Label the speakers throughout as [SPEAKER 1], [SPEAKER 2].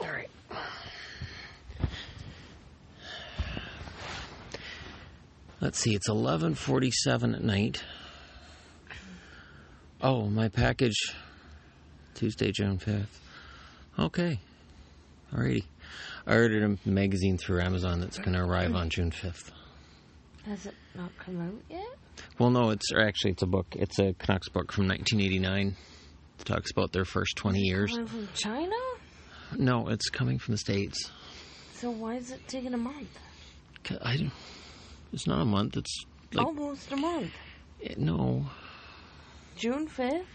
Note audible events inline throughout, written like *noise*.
[SPEAKER 1] All right. Let's see. It's 11:47 at night. Oh, my package Tuesday, June 5th. Okay. Alrighty. I ordered a magazine through Amazon that's going to arrive on June 5th.
[SPEAKER 2] Has it not come out yet?
[SPEAKER 1] Well, no, it's or actually it's a book. It's a Canucks book from 1989. It talks about their first 20 years.
[SPEAKER 2] Coming from China?
[SPEAKER 1] No, it's coming from the states.
[SPEAKER 2] So why is it taking a month?
[SPEAKER 1] 'Cause I don't- it's not a month. It's like
[SPEAKER 2] Almost a month.
[SPEAKER 1] eh, no,
[SPEAKER 2] June 5th?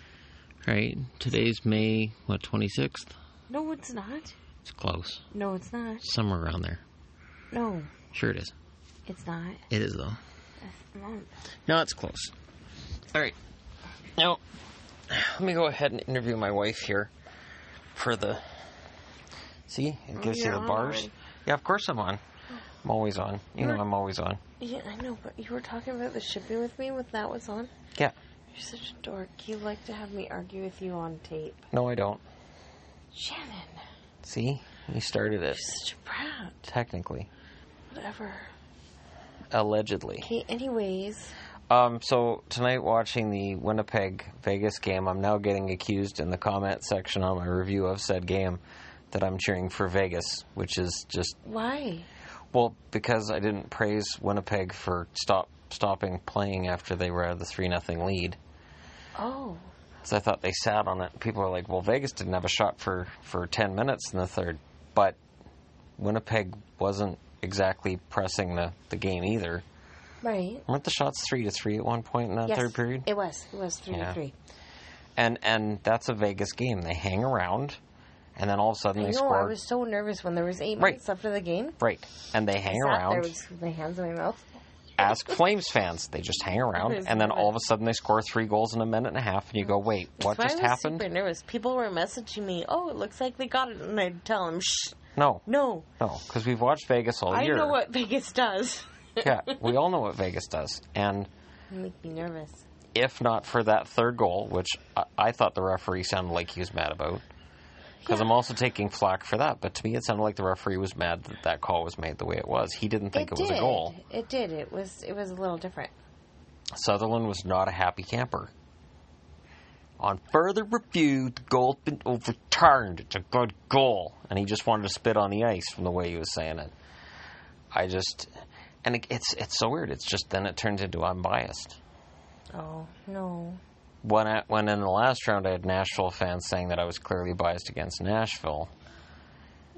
[SPEAKER 1] right? Today's May what 26th.
[SPEAKER 2] No, it's not.
[SPEAKER 1] It's close,
[SPEAKER 2] No, it's not.
[SPEAKER 1] somewhere around there.
[SPEAKER 2] No,
[SPEAKER 1] Sure, it is.
[SPEAKER 2] it's not.
[SPEAKER 1] It is though.
[SPEAKER 2] That's a month.
[SPEAKER 1] No, it's close. All right. Now, let me go ahead and interview my wife here for the. See, it gives you
[SPEAKER 2] you're
[SPEAKER 1] the
[SPEAKER 2] on
[SPEAKER 1] bars.
[SPEAKER 2] already.
[SPEAKER 1] Yeah, of course I'm on. I'm always on. You know
[SPEAKER 2] You're-
[SPEAKER 1] I'm always on.
[SPEAKER 2] Yeah, I know, but you were talking about the shipping with me with that was on.
[SPEAKER 1] Yeah.
[SPEAKER 2] You're such a dork. You like to have me argue with you on tape.
[SPEAKER 1] No, I don't.
[SPEAKER 2] Shannon,
[SPEAKER 1] See, you started it.
[SPEAKER 2] you're such a brat.
[SPEAKER 1] Technically,
[SPEAKER 2] Whatever.
[SPEAKER 1] allegedly.
[SPEAKER 2] Okay, anyways.
[SPEAKER 1] Um, so tonight, watching the Winnipeg Vegas game, I'm now getting accused in the comment section on my review of said game that I'm cheering for Vegas, which is just
[SPEAKER 2] Why?
[SPEAKER 1] Well, because I didn't praise Winnipeg for stop stopping playing after they were out of the three nothing lead.
[SPEAKER 2] Oh.
[SPEAKER 1] So I thought they sat on it. People are like, "Well, Vegas didn't have a shot for for ten minutes in the third, but Winnipeg wasn't exactly pressing the the game either.
[SPEAKER 2] Right.
[SPEAKER 1] Weren't the shots three to three at one point in that
[SPEAKER 2] Yes,
[SPEAKER 1] third period?
[SPEAKER 2] It was. It was three
[SPEAKER 1] Yeah.
[SPEAKER 2] to three.
[SPEAKER 1] And and that's a Vegas game. They hang around, and then all of a sudden
[SPEAKER 2] I
[SPEAKER 1] they
[SPEAKER 2] know.
[SPEAKER 1] score.
[SPEAKER 2] I was so nervous when there was eight
[SPEAKER 1] Right.
[SPEAKER 2] minutes left of the game.
[SPEAKER 1] Right, and they hang
[SPEAKER 2] I sat there
[SPEAKER 1] around.
[SPEAKER 2] with *laughs* just my hands in my mouth.
[SPEAKER 1] ask Flames fans. They just hang around,
[SPEAKER 2] It's
[SPEAKER 1] and then all of a
[SPEAKER 2] nervous.
[SPEAKER 1] sudden they score three goals in a minute and a half, and you go, "Wait, what
[SPEAKER 2] So
[SPEAKER 1] just
[SPEAKER 2] I was
[SPEAKER 1] happened?"
[SPEAKER 2] Super nervous. People were messaging me. Oh, it looks like they got it, and I'd tell them, "Shh,
[SPEAKER 1] No,
[SPEAKER 2] no,
[SPEAKER 1] no, because we've watched Vegas all
[SPEAKER 2] I
[SPEAKER 1] year.
[SPEAKER 2] know what *laughs* Vegas
[SPEAKER 1] *laughs*
[SPEAKER 2] does."
[SPEAKER 1] yeah, we all know what Vegas does, and
[SPEAKER 2] You make me nervous.
[SPEAKER 1] if not for that third goal, which I, I thought the referee sounded like he was mad about, because I'm also taking flack for that. But to me, it sounded like the referee was mad that that call was made the way it was. He didn't think it, was
[SPEAKER 2] did.
[SPEAKER 1] a goal.
[SPEAKER 2] It did. It was. It was a little different.
[SPEAKER 1] Sutherland was not a happy camper. On further review, the goal's been overturned. It's a good goal. And he just wanted to spit on the ice from the way he was saying it. I just. And it, it's it's so weird. It's just then it turns into I'm biased.
[SPEAKER 2] Oh no.
[SPEAKER 1] When, I, when in the last round I had Nashville fans saying that I was clearly biased against Nashville.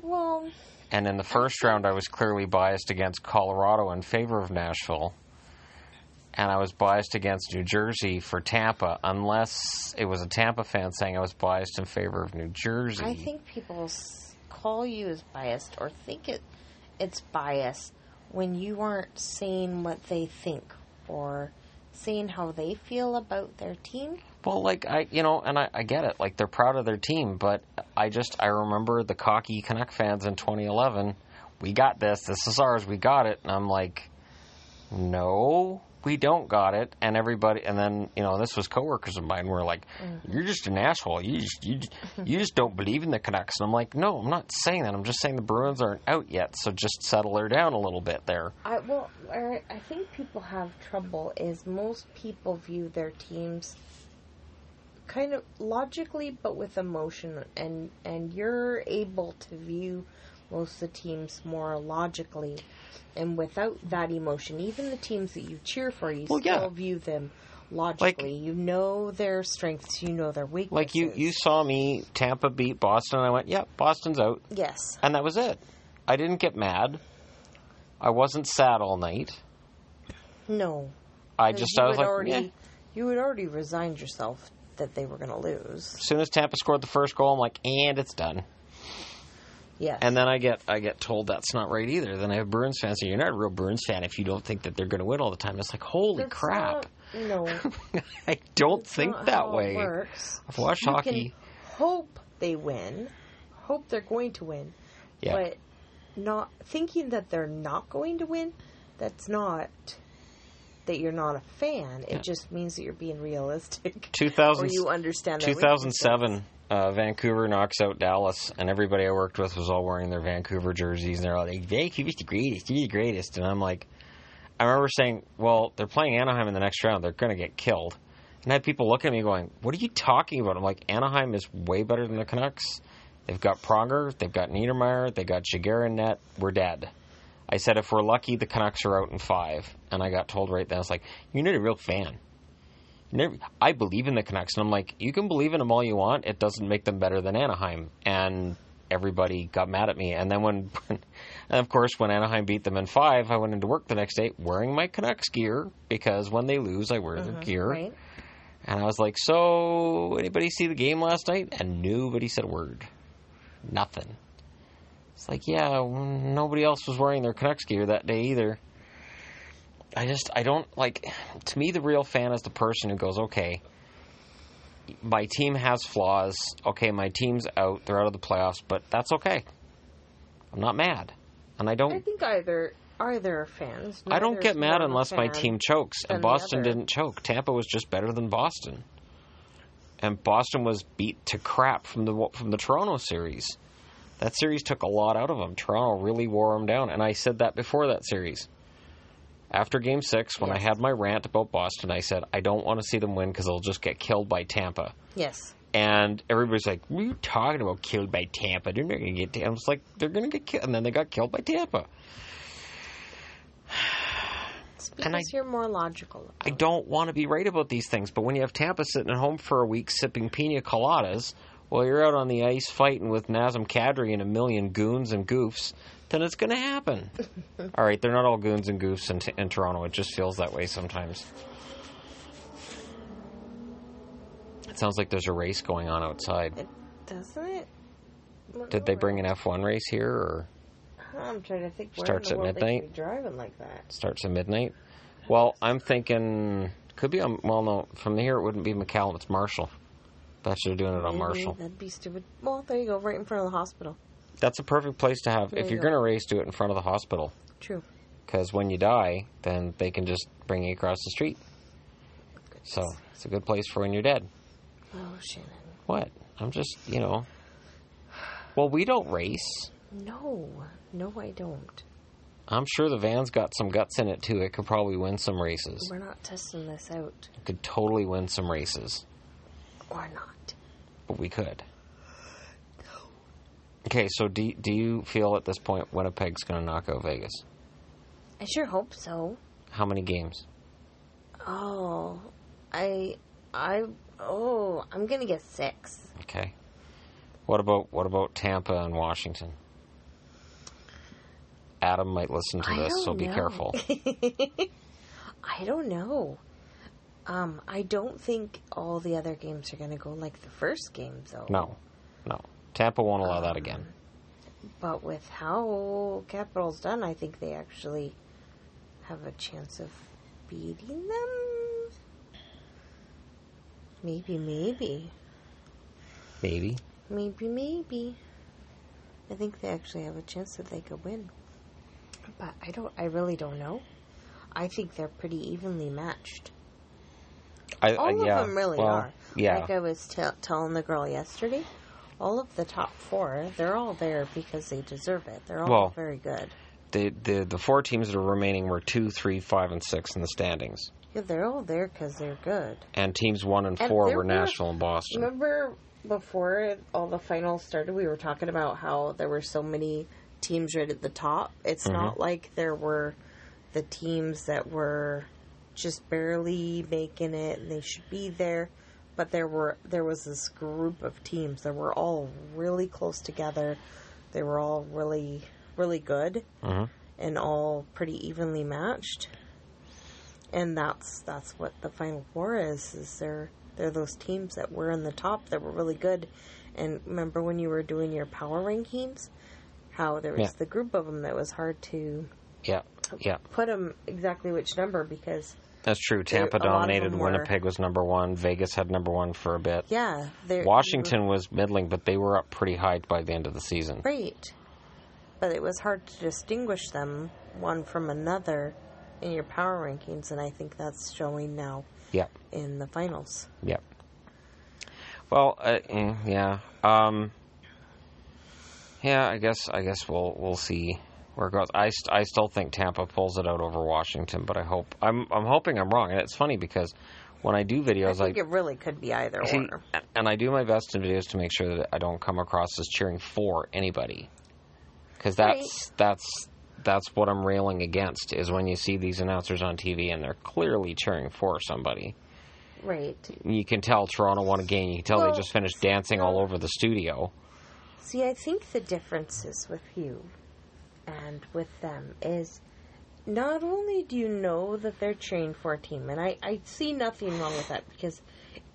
[SPEAKER 2] Well,
[SPEAKER 1] And in the first round I was clearly biased against Colorado in favor of Nashville. and I was biased against New Jersey for Tampa, unless it was a Tampa fan saying I was biased in favor of New Jersey.
[SPEAKER 2] I think people s- call you as biased or think it it's biased when you aren't saying what they think or saying how they feel about their team.
[SPEAKER 1] Well, like I, you know, and I, I get it. Like they're proud of their team, but I just I remember the cocky Canuck fans in 2011. We got this. This is ours. We got it. And I'm like, no, we don't got it. And everybody, and then you know, this was coworkers of mine were like, you're just an asshole. You just you just- you just don't believe in the Canucks. And I'm like, no, I'm not saying that. I'm just saying the Bruins aren't out yet. So just settle her down a little bit there.
[SPEAKER 2] I well, where I think people have trouble is most people view their teams kind of logically, but with emotion, and and you're able to view most of the teams more logically and without that emotion. Even the teams that you cheer for, you
[SPEAKER 1] Well, yeah.
[SPEAKER 2] still view them logically. you know their strengths, you know their weaknesses.
[SPEAKER 1] Like you you saw me Tampa beat Boston. And I went, yep, Boston's out.
[SPEAKER 2] yes,
[SPEAKER 1] And that was it. I didn't get mad. I wasn't sad all night.
[SPEAKER 2] no,
[SPEAKER 1] I just
[SPEAKER 2] you
[SPEAKER 1] I was
[SPEAKER 2] had
[SPEAKER 1] like,
[SPEAKER 2] already
[SPEAKER 1] "Meh."
[SPEAKER 2] you had already resigned yourself that they were going to lose.
[SPEAKER 1] as soon as Tampa scored the first goal, I'm like, and it's done.
[SPEAKER 2] Yes.
[SPEAKER 1] And then I get I get told that's not right either. Then I have Bruins fans, and you're not a real Bruins fan if you don't think that they're going to win all the time. It's like, holy
[SPEAKER 2] That's
[SPEAKER 1] crap!
[SPEAKER 2] not- no,
[SPEAKER 1] *laughs* I don't
[SPEAKER 2] that's
[SPEAKER 1] think
[SPEAKER 2] not
[SPEAKER 1] that
[SPEAKER 2] how it
[SPEAKER 1] way.
[SPEAKER 2] works.
[SPEAKER 1] I've watched
[SPEAKER 2] You
[SPEAKER 1] hockey.
[SPEAKER 2] Can hope they win. Hope they're going to win.
[SPEAKER 1] Yeah.
[SPEAKER 2] But not thinking that they're not going to win. That's not that you're not a fan. It just means that you're being realistic, *laughs* or
[SPEAKER 1] 2000,
[SPEAKER 2] you understand. their
[SPEAKER 1] 2007, uh, Vancouver knocks out Dallas, and everybody I worked with was all wearing their Vancouver jerseys, and they're all like, "Vancouver's the greatest, you're the greatest," and I'm like, I remember saying, "Well, they're playing Anaheim in the next round, they're going to get killed," and I had people look at me going, "What are you talking about?" I'm like, "Anaheim is way better than the Canucks. They've got Pronger, they've got Niedermeyer, they got Shiger in net. We're dead." I said, "If we're lucky, the Canucks are out in five. and I got told right then, I was like, "You're not a real fan." never, I believe in the Canucks, and I'm like, you can believe in them all you want. It doesn't make them better than Anaheim. And everybody got mad at me. And then when, *laughs* and of course, when Anaheim beat them in five, I went into work the next day wearing my Canucks gear because when they lose, I wear their gear.
[SPEAKER 2] Right?
[SPEAKER 1] And I was like, so anybody see the game last night? And nobody said a word. Nothing. It's like, yeah, mm, nobody else was wearing their Canucks gear that day either. I just, I don't like, to me, the real fan is the person who goes, okay, my team has flaws. Okay, my team's out. They're out of the playoffs, but that's okay. I'm not mad. And I don't
[SPEAKER 2] I think either either are fans.
[SPEAKER 1] I don't
[SPEAKER 2] Neither
[SPEAKER 1] get
[SPEAKER 2] is
[SPEAKER 1] mad
[SPEAKER 2] one
[SPEAKER 1] unless my
[SPEAKER 2] fan.
[SPEAKER 1] team chokes,
[SPEAKER 2] than
[SPEAKER 1] and
[SPEAKER 2] the
[SPEAKER 1] Boston
[SPEAKER 2] other.
[SPEAKER 1] didn't choke. Tampa was just better than Boston, and Boston was beat to crap from the from the Toronto series. That series took a lot out of them. Toronto really wore them down, and I said that before that series. After Game Six, when I
[SPEAKER 2] Yes.
[SPEAKER 1] had my rant about Boston, I said I don't want to see them win because they'll just get killed by Tampa.
[SPEAKER 2] Yes.
[SPEAKER 1] And everybody's like, "What are you talking about? Killed by Tampa? They're not going to get." Tampa. I was like, "They're going to get killed," and then they got killed by Tampa.
[SPEAKER 2] It's because
[SPEAKER 1] And I-
[SPEAKER 2] you're more logical. about
[SPEAKER 1] I
[SPEAKER 2] it.
[SPEAKER 1] don't want to be right about these things, but when you have Tampa sitting at home for a week sipping pina coladas, while you're out on the ice fighting with Nazem Kadri and a million goons and goofs, then it's going to happen. all right, they're not all goons and goofs in, in Toronto. It just feels that way sometimes. It sounds like there's a race going on outside.
[SPEAKER 2] It doesn't it? What
[SPEAKER 1] Did they
[SPEAKER 2] hour?
[SPEAKER 1] bring an F1 race here, or
[SPEAKER 2] I'm trying to think. Where
[SPEAKER 1] Starts
[SPEAKER 2] in
[SPEAKER 1] at
[SPEAKER 2] the world they could
[SPEAKER 1] midnight?
[SPEAKER 2] be driving like that.
[SPEAKER 1] starts at midnight? Well, I'm thinking could be on. Well, no, from here it wouldn't be McCallum. It's Marshall. Bet you're doing it on
[SPEAKER 2] Maybe
[SPEAKER 1] Marshall.
[SPEAKER 2] That'd be stupid. Well, there you go, right in front of the hospital.
[SPEAKER 1] That's a perfect place to have.
[SPEAKER 2] There
[SPEAKER 1] if
[SPEAKER 2] you
[SPEAKER 1] you're
[SPEAKER 2] go.
[SPEAKER 1] going to race, do it in front of the hospital.
[SPEAKER 2] True.
[SPEAKER 1] Because when you die, then they can just bring you across the street. So it's a good place for when you're dead.
[SPEAKER 2] Oh, Shannon.
[SPEAKER 1] What? I'm just, you know. Well, we don't race.
[SPEAKER 2] No, no, I don't.
[SPEAKER 1] I'm sure the van's got some guts in it too. It could probably win some races.
[SPEAKER 2] We're not testing this out.
[SPEAKER 1] It could totally win some races.
[SPEAKER 2] Or not.
[SPEAKER 1] But we could. Okay, so do, do you feel at this point Winnipeg's going to knock out Vegas?
[SPEAKER 2] I sure hope so.
[SPEAKER 1] How many games?
[SPEAKER 2] Oh, I, I, oh, I'm gonna get six.
[SPEAKER 1] Okay. What about what about Tampa and Washington? Adam might listen to
[SPEAKER 2] I
[SPEAKER 1] this, so
[SPEAKER 2] don't
[SPEAKER 1] be
[SPEAKER 2] know.
[SPEAKER 1] careful.
[SPEAKER 2] *laughs* I don't know. Um, I don't think all the other games are gonna go like the first game though.
[SPEAKER 1] No, no. Tampa won't allow that again.
[SPEAKER 2] But with how Capital's done, I think they actually have a chance of beating them. Maybe, maybe.
[SPEAKER 1] Maybe.
[SPEAKER 2] Maybe, maybe. I think they actually have a chance that they could win. But I don't, I really don't know. I think they're pretty evenly matched.
[SPEAKER 1] I,
[SPEAKER 2] All
[SPEAKER 1] I-
[SPEAKER 2] of
[SPEAKER 1] Uh, yeah,
[SPEAKER 2] them really
[SPEAKER 1] well,
[SPEAKER 2] are.
[SPEAKER 1] Yeah.
[SPEAKER 2] Like uh, I was tell telling the girl yesterday, all of the top four, they're all there because they deserve it. They're all
[SPEAKER 1] Well,
[SPEAKER 2] very good.
[SPEAKER 1] the, the the four teams that are remaining were two, three, five, and six in the standings,
[SPEAKER 2] Yeah, they're all there because they're good.
[SPEAKER 1] and teams one and
[SPEAKER 2] And
[SPEAKER 1] four
[SPEAKER 2] there
[SPEAKER 1] were
[SPEAKER 2] were-
[SPEAKER 1] National and Boston.
[SPEAKER 2] Remember before all the finals started, we were talking about how there were so many teams right at the top. It's not like there were the teams that were just barely making it and they should be there, but there were there was this group of teams that were all really close together. They were all really really good and all pretty evenly matched. And that's that's what the final four is. Is they're they're those teams that were in the top that were really good. And remember when you were doing your power rankings, how there was
[SPEAKER 1] Yeah.
[SPEAKER 2] the group of them that was hard to
[SPEAKER 1] Yeah, yeah,
[SPEAKER 2] put them exactly which number because
[SPEAKER 1] that's true.
[SPEAKER 2] There- a
[SPEAKER 1] Tampa
[SPEAKER 2] lot of
[SPEAKER 1] dominated.
[SPEAKER 2] them were-
[SPEAKER 1] Winnipeg was number one. Vegas had number one for a bit.
[SPEAKER 2] yeah, they're
[SPEAKER 1] Washington was middling, but they were up pretty high by the end of the season.
[SPEAKER 2] great, but it was hard to distinguish them one from another in your power rankings, and I think that's showing now
[SPEAKER 1] Yeah.
[SPEAKER 2] in the finals.
[SPEAKER 1] Yep. Well, uh, mm, yeah, um, yeah. I guess I guess we'll we'll see where it goes. I, st- I still think Tampa pulls it out over Washington, but I hope I'm I'm hoping I'm wrong. And it's funny because when I do
[SPEAKER 2] I
[SPEAKER 1] videos,
[SPEAKER 2] think
[SPEAKER 1] I
[SPEAKER 2] it really could be either
[SPEAKER 1] see,
[SPEAKER 2] or.
[SPEAKER 1] and I do my best in videos to make sure that I don't come across as cheering for anybody, because that's that's that's what I'm railing against is when you see these announcers on TV and they're clearly cheering for somebody.
[SPEAKER 2] Right.
[SPEAKER 1] You can tell Toronto won a game. You can tell
[SPEAKER 2] Well,
[SPEAKER 1] they just finished dancing all over the studio.
[SPEAKER 2] See, I think the differences with you and with them is not only do you know that they're cheering for a team, and I, I see nothing wrong with that because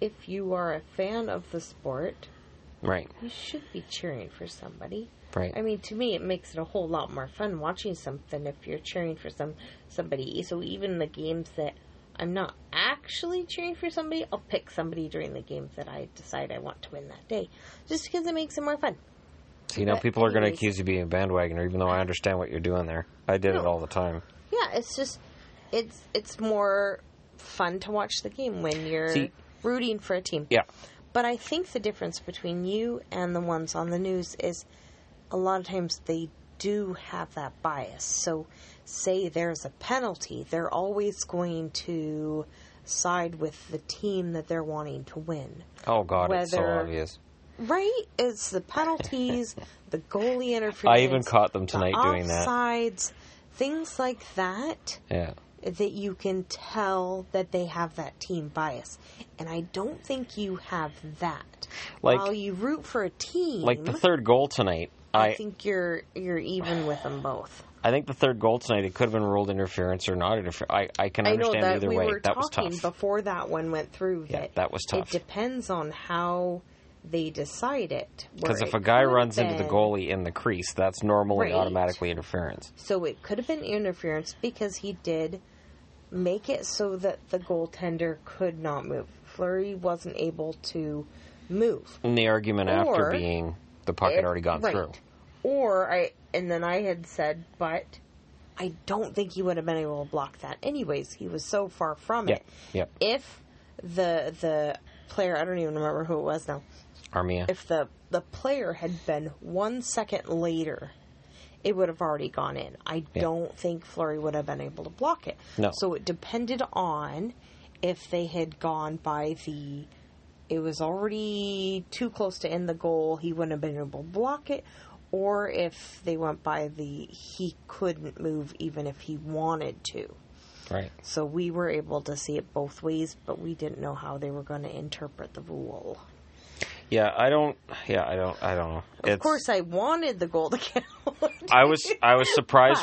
[SPEAKER 2] if you are a fan of the sport,
[SPEAKER 1] Right,
[SPEAKER 2] you should be cheering for somebody.
[SPEAKER 1] right.
[SPEAKER 2] I mean, to me, it makes it a whole lot more fun watching something if you're cheering for some somebody. So even the games that I'm not actually cheering for somebody, I'll pick somebody during the games that I decide I want to win that day, just because it makes it more fun.
[SPEAKER 1] So, you know,
[SPEAKER 2] But
[SPEAKER 1] people are going to
[SPEAKER 2] anyways-
[SPEAKER 1] accuse you of being a bandwagoner, even though I understand what you're doing there. I did it
[SPEAKER 2] No.
[SPEAKER 1] all the time.
[SPEAKER 2] Yeah, it's just it's it's more fun to watch the game when you're
[SPEAKER 1] See-
[SPEAKER 2] rooting for a team.
[SPEAKER 1] Yeah.
[SPEAKER 2] But I think the difference between you and the ones on the news is a lot of times they do have that bias. So, say there's a penalty, they're always going to side with the team that they're wanting to win.
[SPEAKER 1] Oh, God, it's so
[SPEAKER 2] Whether-
[SPEAKER 1] obvious.
[SPEAKER 2] Right? It's the
[SPEAKER 1] *laughs*
[SPEAKER 2] penalties, the goalie interference.
[SPEAKER 1] I even caught them tonight doing that.
[SPEAKER 2] offsides, things like that
[SPEAKER 1] Yeah.
[SPEAKER 2] that you can tell that they have that team bias. And I don't think you have that.
[SPEAKER 1] Like-
[SPEAKER 2] While you root for a team,
[SPEAKER 1] Like the third goal tonight,
[SPEAKER 2] I,
[SPEAKER 1] I,
[SPEAKER 2] think you're you're even with them both.
[SPEAKER 1] I think the third goal tonight, it could have been ruled interference or not interference. I, I can
[SPEAKER 2] I know
[SPEAKER 1] understand
[SPEAKER 2] that
[SPEAKER 1] either
[SPEAKER 2] we
[SPEAKER 1] way.
[SPEAKER 2] were
[SPEAKER 1] that was
[SPEAKER 2] talking
[SPEAKER 1] tough.
[SPEAKER 2] before that one went through
[SPEAKER 1] Yeah,
[SPEAKER 2] that,
[SPEAKER 1] that was tough.
[SPEAKER 2] it depends on how they decide it. where
[SPEAKER 1] Because if
[SPEAKER 2] it
[SPEAKER 1] a guy
[SPEAKER 2] could've
[SPEAKER 1] runs into the
[SPEAKER 2] been-
[SPEAKER 1] goalie in the crease, that's normally
[SPEAKER 2] Right.
[SPEAKER 1] automatically interference.
[SPEAKER 2] So it could have been interference because he did make it so that the goaltender could not move. Flurry wasn't able to move.
[SPEAKER 1] And the argument after
[SPEAKER 2] Or-
[SPEAKER 1] being the puck had
[SPEAKER 2] If-
[SPEAKER 1] already gone
[SPEAKER 2] right.
[SPEAKER 1] through.
[SPEAKER 2] Or I and then I had said, but I don't think he would have been able to block that. Anyways, he was so far from
[SPEAKER 1] Yep,
[SPEAKER 2] it.
[SPEAKER 1] yep.
[SPEAKER 2] If the the player, I don't even remember who it was now.
[SPEAKER 1] Armia.
[SPEAKER 2] If the the player had been one second later, it would have already gone in. I don't think Flurry would have been able to block it.
[SPEAKER 1] No.
[SPEAKER 2] So it depended on if they had gone by the it was already too close to end the goal, he wouldn't have been able to block it, or if they went by the he couldn't move even if he wanted to.
[SPEAKER 1] right.
[SPEAKER 2] So we were able to see it both ways, but we didn't know how they were going to interpret the rule.
[SPEAKER 1] Yeah, I don't. Yeah, I don't. I don't know.
[SPEAKER 2] Of course, I wanted the *laughs* goal to count.
[SPEAKER 1] I was I was surprised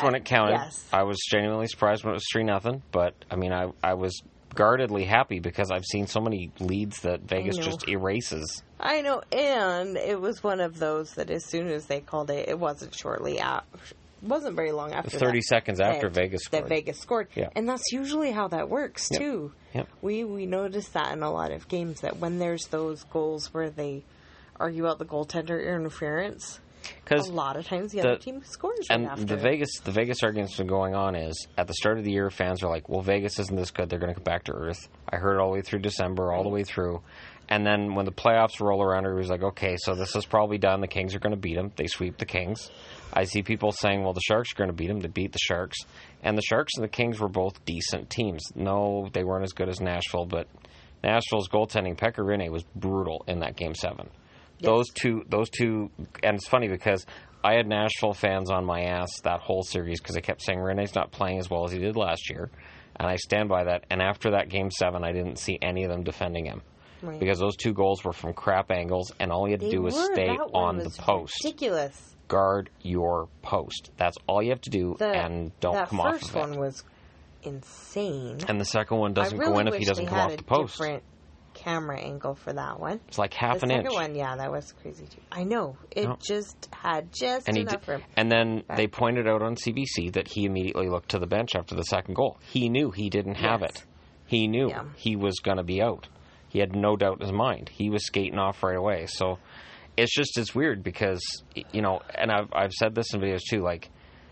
[SPEAKER 2] *laughs* But,
[SPEAKER 1] when it counted.
[SPEAKER 2] yes.
[SPEAKER 1] I was genuinely surprised when it was three nothing. But I mean, I I was guardedly happy because I've seen so many leads that Vegas
[SPEAKER 2] know.
[SPEAKER 1] just erases.
[SPEAKER 2] I know, and it was one of those that as soon as they called it, it wasn't shortly after, wasn't very long after.
[SPEAKER 1] Thirty
[SPEAKER 2] that,
[SPEAKER 1] seconds after
[SPEAKER 2] that-
[SPEAKER 1] Vegas scored.
[SPEAKER 2] That Vegas scored.
[SPEAKER 1] Yeah.
[SPEAKER 2] And that's usually how that works, too.
[SPEAKER 1] Yep.
[SPEAKER 2] We, we notice that in a lot of games that when there's those goals where they argue out the goaltender interference, a
[SPEAKER 1] 'Cause
[SPEAKER 2] lot of times the,
[SPEAKER 1] the-
[SPEAKER 2] other team scores
[SPEAKER 1] and
[SPEAKER 2] right after.
[SPEAKER 1] the Vegas the Vegas argument's been going on is at the start of the year fans are like, Well Vegas isn't this good, they're gonna come back to earth. I heard it all the way through December, all the way through. And then when the playoffs roll around, it was like, okay, so this is probably done. The Kings are going to beat them. They sweep the Kings. I see people saying, well, the Sharks are going to beat them. They beat the Sharks. And the Sharks and the Kings were both decent teams. No, they weren't as good as Nashville, but Nashville's goaltending, Pecorine, was brutal in that game seven those two those two and it's funny because I had Nashville fans on my ass that whole series because I kept saying Renee's not playing as well as he did last year, and I stand by that. And after that game seven, I didn't see any of them defending him
[SPEAKER 2] Right.
[SPEAKER 1] because those two goals were from crap angles, and all you had to
[SPEAKER 2] They
[SPEAKER 1] do was
[SPEAKER 2] were.
[SPEAKER 1] stay
[SPEAKER 2] That one
[SPEAKER 1] on the
[SPEAKER 2] was
[SPEAKER 1] post,
[SPEAKER 2] Ridiculous.
[SPEAKER 1] guard your post. That's all you have to do,
[SPEAKER 2] The,
[SPEAKER 1] and don't
[SPEAKER 2] that
[SPEAKER 1] come off
[SPEAKER 2] first
[SPEAKER 1] of
[SPEAKER 2] one
[SPEAKER 1] it.
[SPEAKER 2] was insane.
[SPEAKER 1] And the second one doesn't
[SPEAKER 2] I really
[SPEAKER 1] go in if
[SPEAKER 2] wish
[SPEAKER 1] he doesn't
[SPEAKER 2] they
[SPEAKER 1] come
[SPEAKER 2] had
[SPEAKER 1] off the
[SPEAKER 2] a
[SPEAKER 1] post.
[SPEAKER 2] Different camera angle for that one.
[SPEAKER 1] It's like half
[SPEAKER 2] the
[SPEAKER 1] an
[SPEAKER 2] second
[SPEAKER 1] inch.
[SPEAKER 2] one, yeah, that was crazy too. I know it
[SPEAKER 1] No.
[SPEAKER 2] just had just
[SPEAKER 1] and he
[SPEAKER 2] enough
[SPEAKER 1] did,
[SPEAKER 2] room.
[SPEAKER 1] and then they pointed out on CBC that he immediately looked to the bench after the second goal. He knew he didn't have
[SPEAKER 2] Yes.
[SPEAKER 1] it. He knew
[SPEAKER 2] Yeah.
[SPEAKER 1] he was going to be out. He had no doubt in his mind. He was skating off right away. So it's just it's weird because y- you know, and I've I've said this in videos too. Like,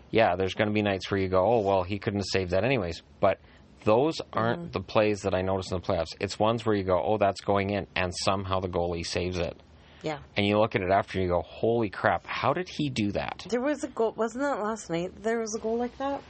[SPEAKER 1] yeah, there's going to be nights where you go, oh well, he couldn't have saved that anyways. But those aren't
[SPEAKER 2] Mm-hmm.
[SPEAKER 1] the plays that I notice in the playoffs. It's ones where you go, oh, that's going in, and somehow the goalie saves it.
[SPEAKER 2] Yeah.
[SPEAKER 1] And you look at it after and you go, holy crap, how did he do that?
[SPEAKER 2] There was a goal. Wasn't that last night? There was a goal like that.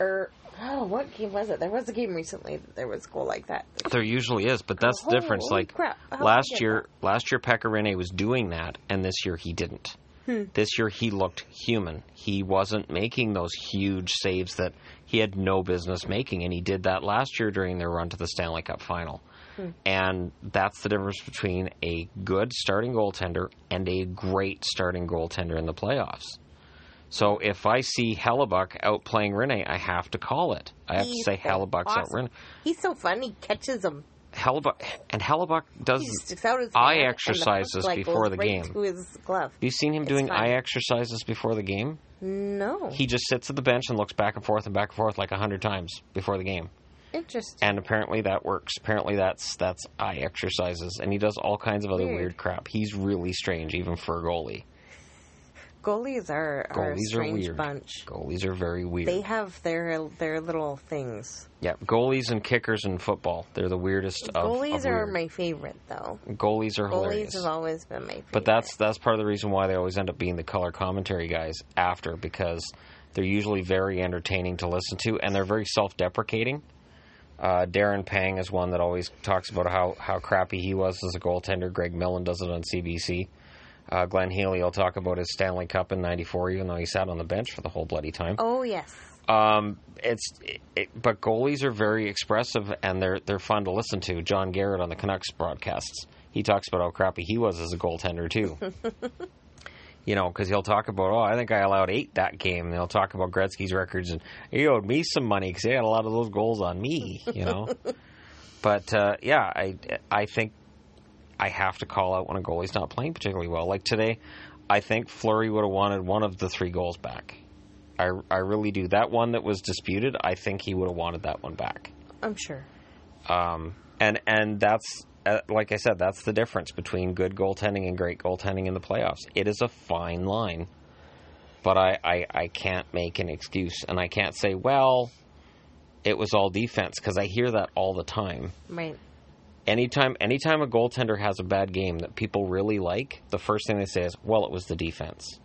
[SPEAKER 2] Or oh, what game was it? There was a game recently that there was a goal like that.
[SPEAKER 1] There usually is, but that's the
[SPEAKER 2] Oh, Holy
[SPEAKER 1] difference. Like
[SPEAKER 2] crap, how did he
[SPEAKER 1] last
[SPEAKER 2] get
[SPEAKER 1] year, last year Pecorine was doing that, and this year he didn't.
[SPEAKER 2] Hmm.
[SPEAKER 1] This year he looked human. He wasn't making those huge saves that he had no business making, and he did that last year during their run to the Stanley Cup final.
[SPEAKER 2] Hmm.
[SPEAKER 1] And that's the difference between a good starting goaltender and a great starting goaltender in the playoffs. So if I see Hellebuck out playing Rene, I have to call it. I have
[SPEAKER 2] He's
[SPEAKER 1] to say Hellebuck's out
[SPEAKER 2] awesome.
[SPEAKER 1] Rene.
[SPEAKER 2] He's so fun. He catches them.
[SPEAKER 1] Hellebuck and Hellebuck does.
[SPEAKER 2] He just sticks out his.
[SPEAKER 1] Eye
[SPEAKER 2] hand, and the
[SPEAKER 1] exercises
[SPEAKER 2] puck, like,
[SPEAKER 1] before
[SPEAKER 2] goes
[SPEAKER 1] the
[SPEAKER 2] right
[SPEAKER 1] game.
[SPEAKER 2] To his glove.
[SPEAKER 1] Have you seen him doing
[SPEAKER 2] fun.
[SPEAKER 1] eye exercises before the game?
[SPEAKER 2] No.
[SPEAKER 1] He just sits at the bench and looks back and forth and back and forth like a hundred times before the game.
[SPEAKER 2] Interesting.
[SPEAKER 1] And apparently that works. Apparently that's that's eye exercises, and he does all kinds of other
[SPEAKER 2] Weird.
[SPEAKER 1] weird, crap. He's really strange, even for a goalie.
[SPEAKER 2] Goalies are, are a
[SPEAKER 1] Goalies are
[SPEAKER 2] strange
[SPEAKER 1] weird.
[SPEAKER 2] bunch.
[SPEAKER 1] Goalies are very weird.
[SPEAKER 2] They have their their little things.
[SPEAKER 1] yeah, goalies and kickers in football. They're the weirdest of
[SPEAKER 2] goalies
[SPEAKER 1] of
[SPEAKER 2] are
[SPEAKER 1] weird.
[SPEAKER 2] my favorite, though.
[SPEAKER 1] goalies are
[SPEAKER 2] Goalies
[SPEAKER 1] hilarious.
[SPEAKER 2] have always been my favorite.
[SPEAKER 1] But that's that's part of the reason why they always end up being the color commentary guys after because they're usually very entertaining to listen to and they're very self-deprecating. Uh, Darren Pang is one that always talks about how, how crappy he was as a goaltender. Greg Millen does it on CBC. Uh, Glenn Healy will talk about his Stanley Cup in '94, even though he sat on the bench for the whole bloody time.
[SPEAKER 2] oh yes.
[SPEAKER 1] Um, it's it, it, but goalies are very expressive and they're they're fun to listen to. John Garrett on the Canucks broadcasts, he talks about how crappy he was as a goaltender too. you know, because he'll talk about, oh, I think I allowed eight that game. And he'll talk about Gretzky's records and he owed me some money because he had a lot of those goals on me. You know, but uh, yeah, I I think I have to call out when a goalie's not playing particularly well. Like today, I think Flurry would have wanted one of the three goals back. I, I really do. That one that was disputed, I think he would have wanted that one back.
[SPEAKER 2] I'm sure.
[SPEAKER 1] Um, and and that's uh, like I said, that's the difference between good goaltending and great goaltending in the playoffs. It is a fine line, but I I, I can't make an excuse, and I can't say well, it was all defense because I hear that all the time.
[SPEAKER 2] Right.
[SPEAKER 1] Anytime anytime a goaltender has a bad game that people really like, the first thing they say is, "Well, it was the defense."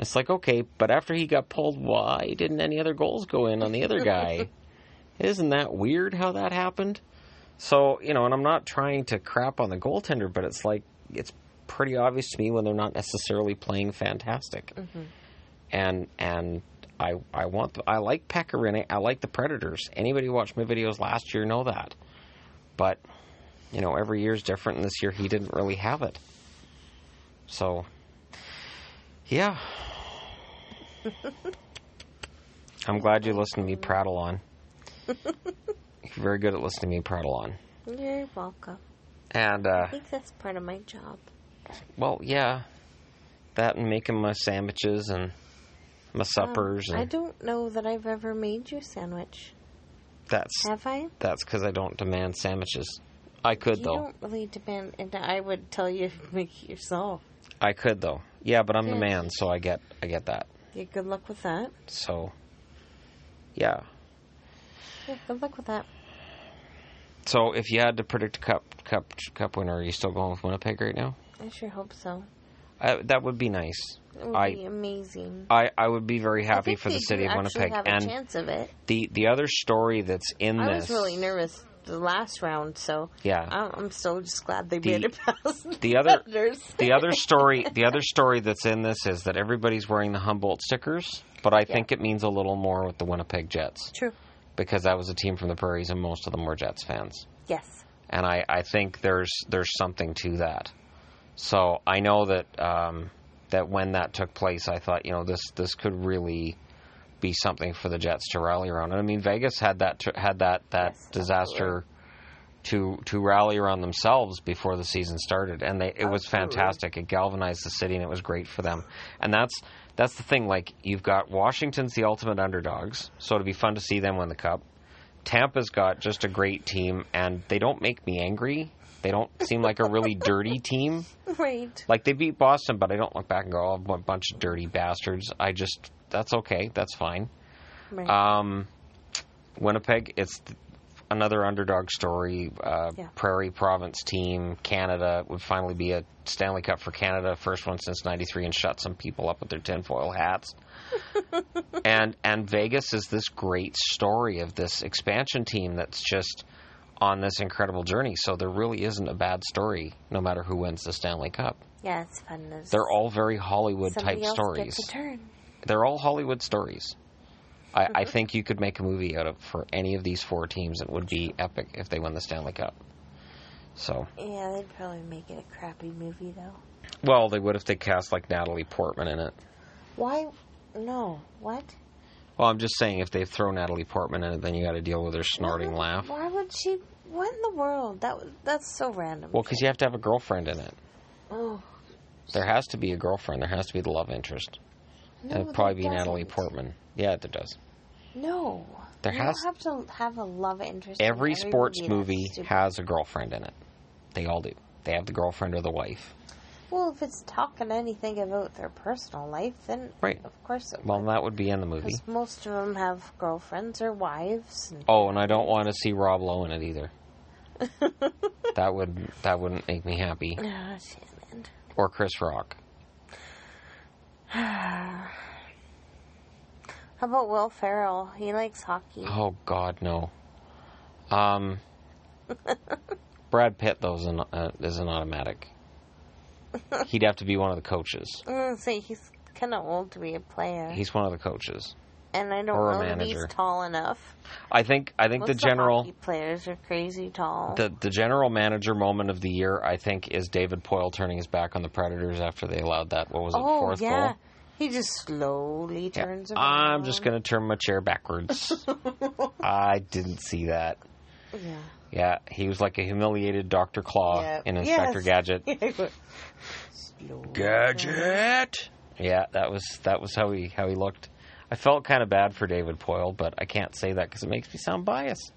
[SPEAKER 1] It's like, "Okay, but after he got pulled, why didn't any other goals go in on the other guy?" Isn't that weird how that happened? So, you know, and I'm not trying to crap on the goaltender, but it's like it's pretty obvious to me when they're not necessarily playing fantastic. And and I I want I like Pecorine, I like the Predators. Anybody who watched my videos last year know that but you know every year's different and this year he didn't really have it so
[SPEAKER 2] *laughs*
[SPEAKER 1] yeah i'm glad you listened to me prattle on you're very good at listening to me prattle on
[SPEAKER 2] You're welcome.
[SPEAKER 1] and uh,
[SPEAKER 2] I think that's part of my job.
[SPEAKER 1] well yeah that and making my sandwiches and my suppers
[SPEAKER 2] Um, I
[SPEAKER 1] and
[SPEAKER 2] don't know that I've ever made you a sandwich.
[SPEAKER 1] that's
[SPEAKER 2] Have I?
[SPEAKER 1] that's because i don't demand sandwiches i could
[SPEAKER 2] You
[SPEAKER 1] though
[SPEAKER 2] don't really depend, and I would tell you *laughs* to make it yourself.
[SPEAKER 1] i could though yeah but i'm the
[SPEAKER 2] Yeah.
[SPEAKER 1] man so i get i get that
[SPEAKER 2] Yeah, good luck with that.
[SPEAKER 1] So, yeah.
[SPEAKER 2] Yeah, good luck with that.
[SPEAKER 1] So if you had to predict a cup cup cup winner, are you still going with Winnipeg right now?
[SPEAKER 2] I sure hope so.
[SPEAKER 1] I, that would be nice.
[SPEAKER 2] It would
[SPEAKER 1] I-
[SPEAKER 2] be amazing.
[SPEAKER 1] I, I would be very
[SPEAKER 2] I
[SPEAKER 1] happy
[SPEAKER 2] think
[SPEAKER 1] for the
[SPEAKER 2] they
[SPEAKER 1] city
[SPEAKER 2] do
[SPEAKER 1] of
[SPEAKER 2] actually
[SPEAKER 1] Winnipeg.
[SPEAKER 2] Have a
[SPEAKER 1] And
[SPEAKER 2] chance of it.
[SPEAKER 1] the the other story that's in
[SPEAKER 2] I
[SPEAKER 1] this,
[SPEAKER 2] was really nervous the last round, so
[SPEAKER 1] Yeah.
[SPEAKER 2] I'm, I'm so just glad they
[SPEAKER 1] The-
[SPEAKER 2] made it past
[SPEAKER 1] *laughs* the other
[SPEAKER 2] Predators.
[SPEAKER 1] the
[SPEAKER 2] *laughs*
[SPEAKER 1] other story the other story that's in this is that everybody's wearing the Humboldt stickers, but I think it means a little more with the Winnipeg Jets
[SPEAKER 2] True.
[SPEAKER 1] because that was a team from the prairies and most of them were Jets fans.
[SPEAKER 2] Yes.
[SPEAKER 1] and I, I think there's there's something to that. So I know that um, that when that took place, I thought you know this this could really be something for the Jets to rally around. And I mean Vegas had that to, had that that
[SPEAKER 2] Yes,
[SPEAKER 1] disaster to to rally around themselves before the season started, and they it was
[SPEAKER 2] Absolutely.
[SPEAKER 1] fantastic. It galvanized the city, and it was great for them. And that's that's the thing. Like you've got Washington's the ultimate underdogs, so it'd be fun to see them win the cup. Tampa's got just a great team, and they don't make me angry. They don't seem like a really dirty team.
[SPEAKER 2] *laughs* Right.
[SPEAKER 1] Like they beat Boston, but I don't look back and go, "Oh, a bunch of dirty bastards." I just that's okay, that's fine.
[SPEAKER 2] Right.
[SPEAKER 1] Um, Winnipeg, it's th- another underdog story. Uh,
[SPEAKER 2] Yeah.
[SPEAKER 1] Prairie Province team, Canada would finally be a Stanley Cup for Canada, first one since '93, and shut some people up with their tinfoil
[SPEAKER 2] *laughs*
[SPEAKER 1] hats. and and Vegas is this great story of this expansion team that's just on this incredible journey. So there really isn't a bad story, no matter who wins the Stanley Cup.
[SPEAKER 2] Yeah, it's fun. As
[SPEAKER 1] They're all very Hollywood
[SPEAKER 2] somebody
[SPEAKER 1] type
[SPEAKER 2] else
[SPEAKER 1] stories
[SPEAKER 2] Gets a turn.
[SPEAKER 1] they're all Hollywood stories. I,
[SPEAKER 2] Mm-hmm.
[SPEAKER 1] I think you could make a movie out of for any of these four teams. It would be epic if they win the Stanley Cup. So,
[SPEAKER 2] Yeah, they'd probably make it a crappy movie though.
[SPEAKER 1] well, they would if they cast like Natalie Portman in it.
[SPEAKER 2] Why? No. What?
[SPEAKER 1] Well, I'm just saying if they throw Natalie Portman in it, then you got to deal with her snorting
[SPEAKER 2] Why-
[SPEAKER 1] laugh.
[SPEAKER 2] Why would she? What in the world? That w- that's so random.
[SPEAKER 1] Well, because you have to have a girlfriend in it.
[SPEAKER 2] oh
[SPEAKER 1] There has to be a girlfriend. There has to be the love interest.
[SPEAKER 2] no,
[SPEAKER 1] And it'd probably be
[SPEAKER 2] there
[SPEAKER 1] Natalie
[SPEAKER 2] doesn't.
[SPEAKER 1] Portman. Yeah, there does.
[SPEAKER 2] No,
[SPEAKER 1] There
[SPEAKER 2] you
[SPEAKER 1] has-
[SPEAKER 2] don't have to have a love interest. in
[SPEAKER 1] Every sports
[SPEAKER 2] that's
[SPEAKER 1] movie
[SPEAKER 2] stupid.
[SPEAKER 1] has a girlfriend in it. They all do. They have the girlfriend or the wife.
[SPEAKER 2] Well, if it's talking anything about their personal life, then
[SPEAKER 1] Right.
[SPEAKER 2] of course it.
[SPEAKER 1] Well, that would be in the movie.
[SPEAKER 2] because most of them have girlfriends or wives.
[SPEAKER 1] *laughs*
[SPEAKER 2] And
[SPEAKER 1] Oh, and I don't want to see Rob Lowe in it either.
[SPEAKER 2] *laughs*
[SPEAKER 1] that would that wouldn't make me happy.
[SPEAKER 2] Ah, Shannon.
[SPEAKER 1] Or Chris Rock.
[SPEAKER 2] How about Will Ferrell? He likes hockey. *laughs*
[SPEAKER 1] Oh God, no. Um, Brad Pitt though is an uh, is an automatic. He'd have to be one of the coaches.
[SPEAKER 2] I'm gonna say Mm, he's kind of old to be a player,
[SPEAKER 1] He's one of the coaches.
[SPEAKER 2] and I don't
[SPEAKER 1] or a
[SPEAKER 2] know that he's
[SPEAKER 1] manager.
[SPEAKER 2] tall enough.
[SPEAKER 1] I think I think
[SPEAKER 2] Most
[SPEAKER 1] the general
[SPEAKER 2] hockey players are crazy tall.
[SPEAKER 1] the, the general manager moment of the year I think is David Poyle turning his back on the Predators after they allowed that what was it
[SPEAKER 2] oh
[SPEAKER 1] fourth
[SPEAKER 2] yeah,
[SPEAKER 1] goal.
[SPEAKER 2] he just slowly
[SPEAKER 1] Yeah.
[SPEAKER 2] turns around.
[SPEAKER 1] I'm just gonna turn my chair
[SPEAKER 2] *laughs*
[SPEAKER 1] backwards. I didn't see that.
[SPEAKER 2] Yeah.
[SPEAKER 1] Yeah, he was like a humiliated Dr. Claw
[SPEAKER 2] Yeah.
[SPEAKER 1] in Inspector
[SPEAKER 2] Yes.
[SPEAKER 1] Gadget. *laughs*
[SPEAKER 2] *laughs* Slowly.
[SPEAKER 1] Gadget. Yeah, that was that was how he how he looked. I felt kind of bad for David Poyle, but I can't say that because it makes me sound biased.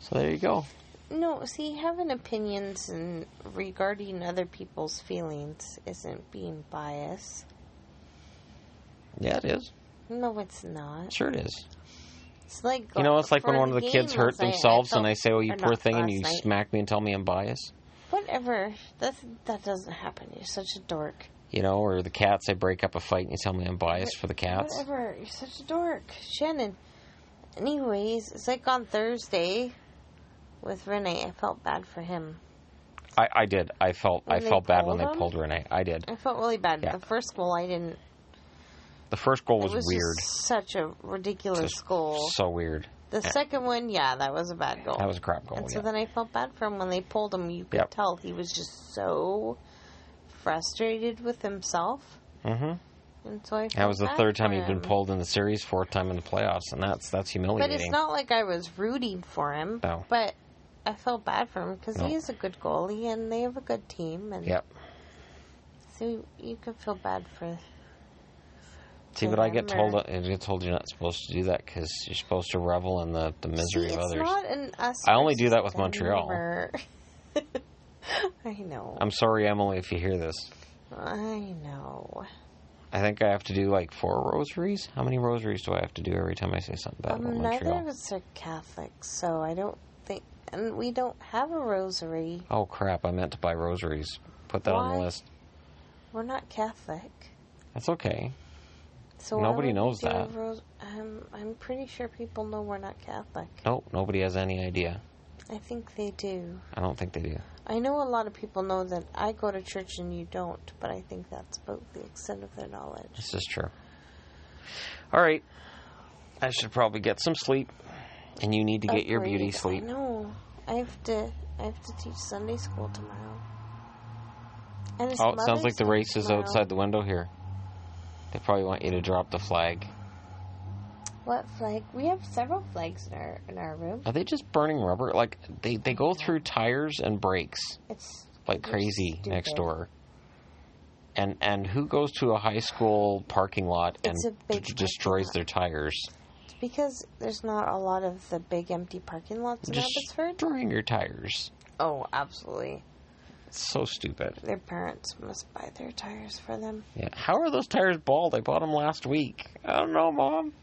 [SPEAKER 1] So there you go.
[SPEAKER 2] No, see, having opinions and regarding other people's feelings isn't being biased.
[SPEAKER 1] Yeah, it is.
[SPEAKER 2] No, it's not.
[SPEAKER 1] Sure, it is.
[SPEAKER 2] It's like
[SPEAKER 1] You know, it's like when
[SPEAKER 2] for
[SPEAKER 1] one of the kids
[SPEAKER 2] game
[SPEAKER 1] hurt
[SPEAKER 2] last night,
[SPEAKER 1] themselves, and
[SPEAKER 2] felt-
[SPEAKER 1] I say, "Oh, you
[SPEAKER 2] or
[SPEAKER 1] poor
[SPEAKER 2] not
[SPEAKER 1] thing," and
[SPEAKER 2] last
[SPEAKER 1] you
[SPEAKER 2] night.
[SPEAKER 1] smack me and tell me I'm biased.
[SPEAKER 2] Whatever. That that doesn't happen. You're such a dork.
[SPEAKER 1] You know, or the cats, I break up a fight and you tell me I'm biased for the cats.
[SPEAKER 2] Whatever. You're such a dork, Shannon. Anyways, it's like on Thursday with Renee. I felt bad for him.
[SPEAKER 1] I, I did. I felt
[SPEAKER 2] When
[SPEAKER 1] I
[SPEAKER 2] they
[SPEAKER 1] felt bad when
[SPEAKER 2] pulled
[SPEAKER 1] they
[SPEAKER 2] him?
[SPEAKER 1] pulled Renee. I did.
[SPEAKER 2] I felt really bad.
[SPEAKER 1] Yeah.
[SPEAKER 2] The first goal, I didn't.
[SPEAKER 1] The first goal was,
[SPEAKER 2] it was
[SPEAKER 1] weird.
[SPEAKER 2] Just such a ridiculous
[SPEAKER 1] Just
[SPEAKER 2] goal.
[SPEAKER 1] So weird.
[SPEAKER 2] The second one, yeah, that was a bad goal.
[SPEAKER 1] That was a crap goal.
[SPEAKER 2] and
[SPEAKER 1] yeah.
[SPEAKER 2] so then I felt bad for him when they pulled him. You could
[SPEAKER 1] Yep.
[SPEAKER 2] tell he was just so frustrated with himself.
[SPEAKER 1] hmm
[SPEAKER 2] And so I
[SPEAKER 1] That
[SPEAKER 2] felt
[SPEAKER 1] was the
[SPEAKER 2] bad
[SPEAKER 1] third
[SPEAKER 2] for
[SPEAKER 1] time he'd been
[SPEAKER 2] him.
[SPEAKER 1] pulled in the series, fourth time in the playoffs, and that's that's humiliating.
[SPEAKER 2] But it's not like I was rooting for him.
[SPEAKER 1] No.
[SPEAKER 2] But I felt bad for him because
[SPEAKER 1] No.
[SPEAKER 2] he is a good goalie and they have a good team. And
[SPEAKER 1] Yep.
[SPEAKER 2] so you, you can feel bad for.
[SPEAKER 1] See, but I get told
[SPEAKER 2] Remember.
[SPEAKER 1] I get told you're not supposed to do that because you're supposed to revel in the, the misery
[SPEAKER 2] See,
[SPEAKER 1] of
[SPEAKER 2] it's
[SPEAKER 1] others.
[SPEAKER 2] not an us.
[SPEAKER 1] I only do
[SPEAKER 2] versus
[SPEAKER 1] that with
[SPEAKER 2] them
[SPEAKER 1] Montreal.
[SPEAKER 2] or- *laughs* I know.
[SPEAKER 1] I'm sorry, Emily, if you hear this.
[SPEAKER 2] I know.
[SPEAKER 1] I think I have to do like four rosaries. How many rosaries do I have to do every time I say something bad about
[SPEAKER 2] Um, neither of
[SPEAKER 1] Montreal?
[SPEAKER 2] us are Catholic, so I don't think, and we don't have a rosary.
[SPEAKER 1] Oh crap! I meant to buy rosaries. Put that on the
[SPEAKER 2] Why?
[SPEAKER 1] list.
[SPEAKER 2] We're not Catholic,
[SPEAKER 1] That's okay.
[SPEAKER 2] so why
[SPEAKER 1] Nobody
[SPEAKER 2] would we
[SPEAKER 1] knows
[SPEAKER 2] do a
[SPEAKER 1] that.
[SPEAKER 2] Ros- um, I'm pretty sure people know we're not Catholic.
[SPEAKER 1] Nope, nobody has any idea.
[SPEAKER 2] I think they do.
[SPEAKER 1] I don't think they do.
[SPEAKER 2] I know a lot of people know that I go to church and you don't, but I think that's about the extent of their knowledge.
[SPEAKER 1] This is true. All right. I should probably get some sleep. And you need to get your beauty
[SPEAKER 2] Agreed.
[SPEAKER 1] sleep.
[SPEAKER 2] I know. I have to. I have to teach Sunday school tomorrow. And it's
[SPEAKER 1] Oh, it sounds
[SPEAKER 2] Mother's
[SPEAKER 1] like the
[SPEAKER 2] Day
[SPEAKER 1] race is
[SPEAKER 2] tomorrow.
[SPEAKER 1] outside the window here. They probably want you to drop the flag.
[SPEAKER 2] What flag? We have several flags in our in our room.
[SPEAKER 1] Are they just burning rubber? Like they, they go through tires and brakes
[SPEAKER 2] It's
[SPEAKER 1] like
[SPEAKER 2] they're
[SPEAKER 1] crazy
[SPEAKER 2] stupid.
[SPEAKER 1] next door. And and who goes to a high school parking lot and
[SPEAKER 2] It's a big
[SPEAKER 1] d- destroys
[SPEAKER 2] parking
[SPEAKER 1] their tires?
[SPEAKER 2] It's because there's not a lot of the big empty parking lots in Abbotsford.
[SPEAKER 1] Destroying your tires.
[SPEAKER 2] Oh, absolutely.
[SPEAKER 1] It's so stupid.
[SPEAKER 2] Their parents must buy their tires for them.
[SPEAKER 1] Yeah. How are those tires bald? I bought them last week. I don't know, mom. *laughs*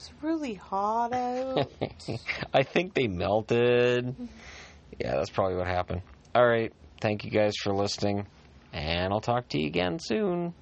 [SPEAKER 2] It's really hot out. *laughs*
[SPEAKER 1] I think they melted. Yeah, that's probably what happened. All right. Thank you guys for listening, and I'll talk to you again soon.